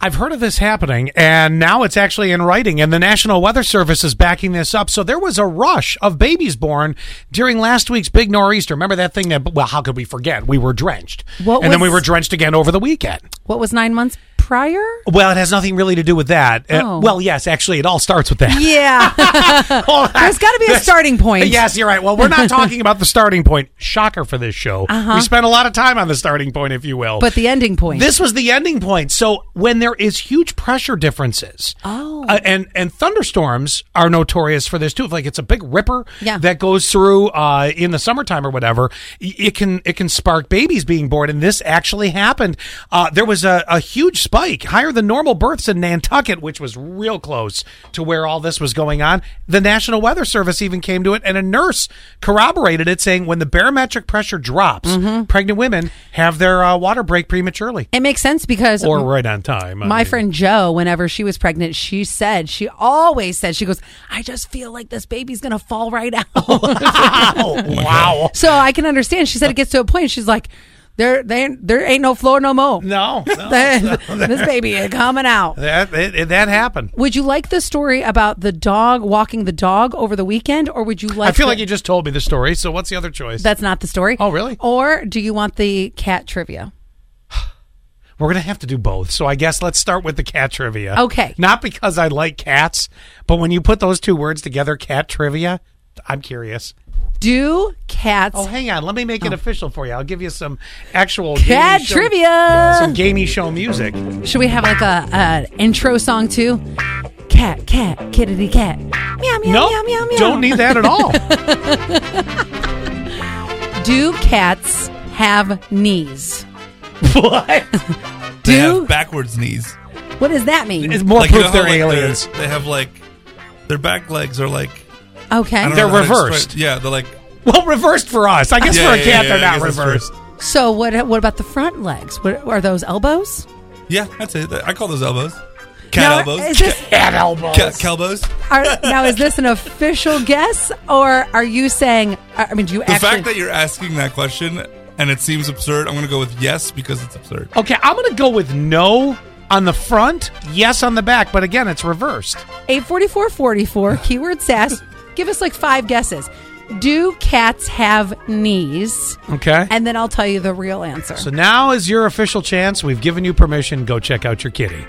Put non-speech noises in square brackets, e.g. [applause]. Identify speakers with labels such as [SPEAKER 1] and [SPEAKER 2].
[SPEAKER 1] I've heard of this happening, and now it's actually in writing, and the National Weather Service is backing this up. So there was a rush of babies born during last week's big nor'easter. Remember that thing that? Well, how could we forget? We were drenched,
[SPEAKER 2] What
[SPEAKER 1] and then we
[SPEAKER 2] was-
[SPEAKER 1] were drenched again over the weekend.
[SPEAKER 2] What was nine months prior?
[SPEAKER 1] Well, it has nothing really to do with that. Uh,
[SPEAKER 2] Oh.
[SPEAKER 1] well, yes, actually, it all starts with [laughs] that.
[SPEAKER 2] Yeah.
[SPEAKER 1] Hold on.
[SPEAKER 2] [laughs] There's gotta be a
[SPEAKER 1] This-
[SPEAKER 2] starting point.
[SPEAKER 1] [laughs] Yes, you're right. Well, we're
[SPEAKER 2] [laughs]
[SPEAKER 1] not talking about the starting point. Shocker for this show. We spent a lot of time on the starting point, if you will.
[SPEAKER 2] Uh-huh. but the ending point.
[SPEAKER 1] This was the ending point. So when there is huge pressure differences, oh, and and thunderstorms are notorious for this too. If like it's a big ripper
[SPEAKER 2] Yeah.
[SPEAKER 1] that goes through uh, in the summertime or whatever, y- it can it can spark babies being born. And this actually happened. Uh, there was a, a huge spike, higher than normal births in Nantucket, which was real close to where all this was going on. The National Weather Service even came to it, and a nurse corroborated it, saying when the barometric pressure drops,
[SPEAKER 2] Mm-hmm.
[SPEAKER 1] pregnant women have their uh, water break prematurely
[SPEAKER 2] it makes sense because
[SPEAKER 1] or right on time. I
[SPEAKER 2] my
[SPEAKER 1] mean,
[SPEAKER 2] friend Joe, whenever she was pregnant, she said, she always said, she goes, I just feel like this baby's going to fall right
[SPEAKER 1] Oh.
[SPEAKER 2] out. [laughs]
[SPEAKER 1] Wow! Oh, wow!
[SPEAKER 2] so I can understand. She said it gets to a point, she's like, there, there, there ain't no floor no more.
[SPEAKER 1] No, no
[SPEAKER 2] [laughs] this baby is coming out.
[SPEAKER 1] that it, it- that happened.
[SPEAKER 2] Would you like the story about the dog walking the dog over the weekend, or would you like?
[SPEAKER 1] I feel
[SPEAKER 2] the-
[SPEAKER 1] like you just told me the story. So what's the other choice?
[SPEAKER 2] that's not the story.
[SPEAKER 1] Oh, really?
[SPEAKER 2] Or do you want the cat trivia?
[SPEAKER 1] We're gonna have to do both. So I guess let's start with the cat trivia.
[SPEAKER 2] Okay.
[SPEAKER 1] Not because I like cats, but when you put those two words together, cat trivia, I'm curious.
[SPEAKER 2] Do cats
[SPEAKER 1] Oh, hang on. Let me make it official for you. I'll give you some actual
[SPEAKER 2] cat
[SPEAKER 1] gamey show-
[SPEAKER 2] trivia?
[SPEAKER 1] some gamey show music.
[SPEAKER 2] Should we have like a, a intro song too? Cat, cat, kittity cat. Meow, meow,
[SPEAKER 1] no,
[SPEAKER 2] meow, meow, meow.
[SPEAKER 1] don't need that at
[SPEAKER 2] [laughs]
[SPEAKER 1] all.
[SPEAKER 2] Do cats have knees?
[SPEAKER 1] what?
[SPEAKER 3] They
[SPEAKER 2] Do
[SPEAKER 3] have backwards knees.
[SPEAKER 2] what does that mean?
[SPEAKER 1] It's more
[SPEAKER 3] Like, you
[SPEAKER 1] proof
[SPEAKER 3] know how,
[SPEAKER 1] they're
[SPEAKER 3] like,
[SPEAKER 1] aliens.
[SPEAKER 3] They have like their back legs are like I
[SPEAKER 2] okay.
[SPEAKER 3] don't
[SPEAKER 1] They're
[SPEAKER 3] know how to explain-
[SPEAKER 1] reversed.
[SPEAKER 3] Yeah, they're like
[SPEAKER 1] well, reversed for us. I guess
[SPEAKER 3] yeah,
[SPEAKER 1] for a
[SPEAKER 3] yeah,
[SPEAKER 1] cat,
[SPEAKER 3] yeah,
[SPEAKER 1] they're
[SPEAKER 3] yeah, I
[SPEAKER 1] not
[SPEAKER 3] guess that's
[SPEAKER 1] reversed.
[SPEAKER 2] So what? What about the front legs? What, are those elbows?
[SPEAKER 3] Yeah, that's it. I call those elbows. Cat
[SPEAKER 2] Now,
[SPEAKER 3] elbows.
[SPEAKER 2] Is this
[SPEAKER 1] Cat elbows.
[SPEAKER 3] Cat calbos.
[SPEAKER 2] Are, now, is this an official guess, or are you saying? uh, I I mean, do you
[SPEAKER 3] The
[SPEAKER 2] actually?
[SPEAKER 3] fact that you're asking that question and it seems absurd, I'm going to go with yes because it's absurd.
[SPEAKER 1] Okay, I'm going to go with no on the front, yes on the back, but again, it's reversed.
[SPEAKER 2] eight forty four forty four keyword sass. give us like five guesses. Do cats have knees?
[SPEAKER 1] Okay.
[SPEAKER 2] And then I'll tell you the real answer.
[SPEAKER 1] so now is your official chance. We've given you permission. Go check out your kitty.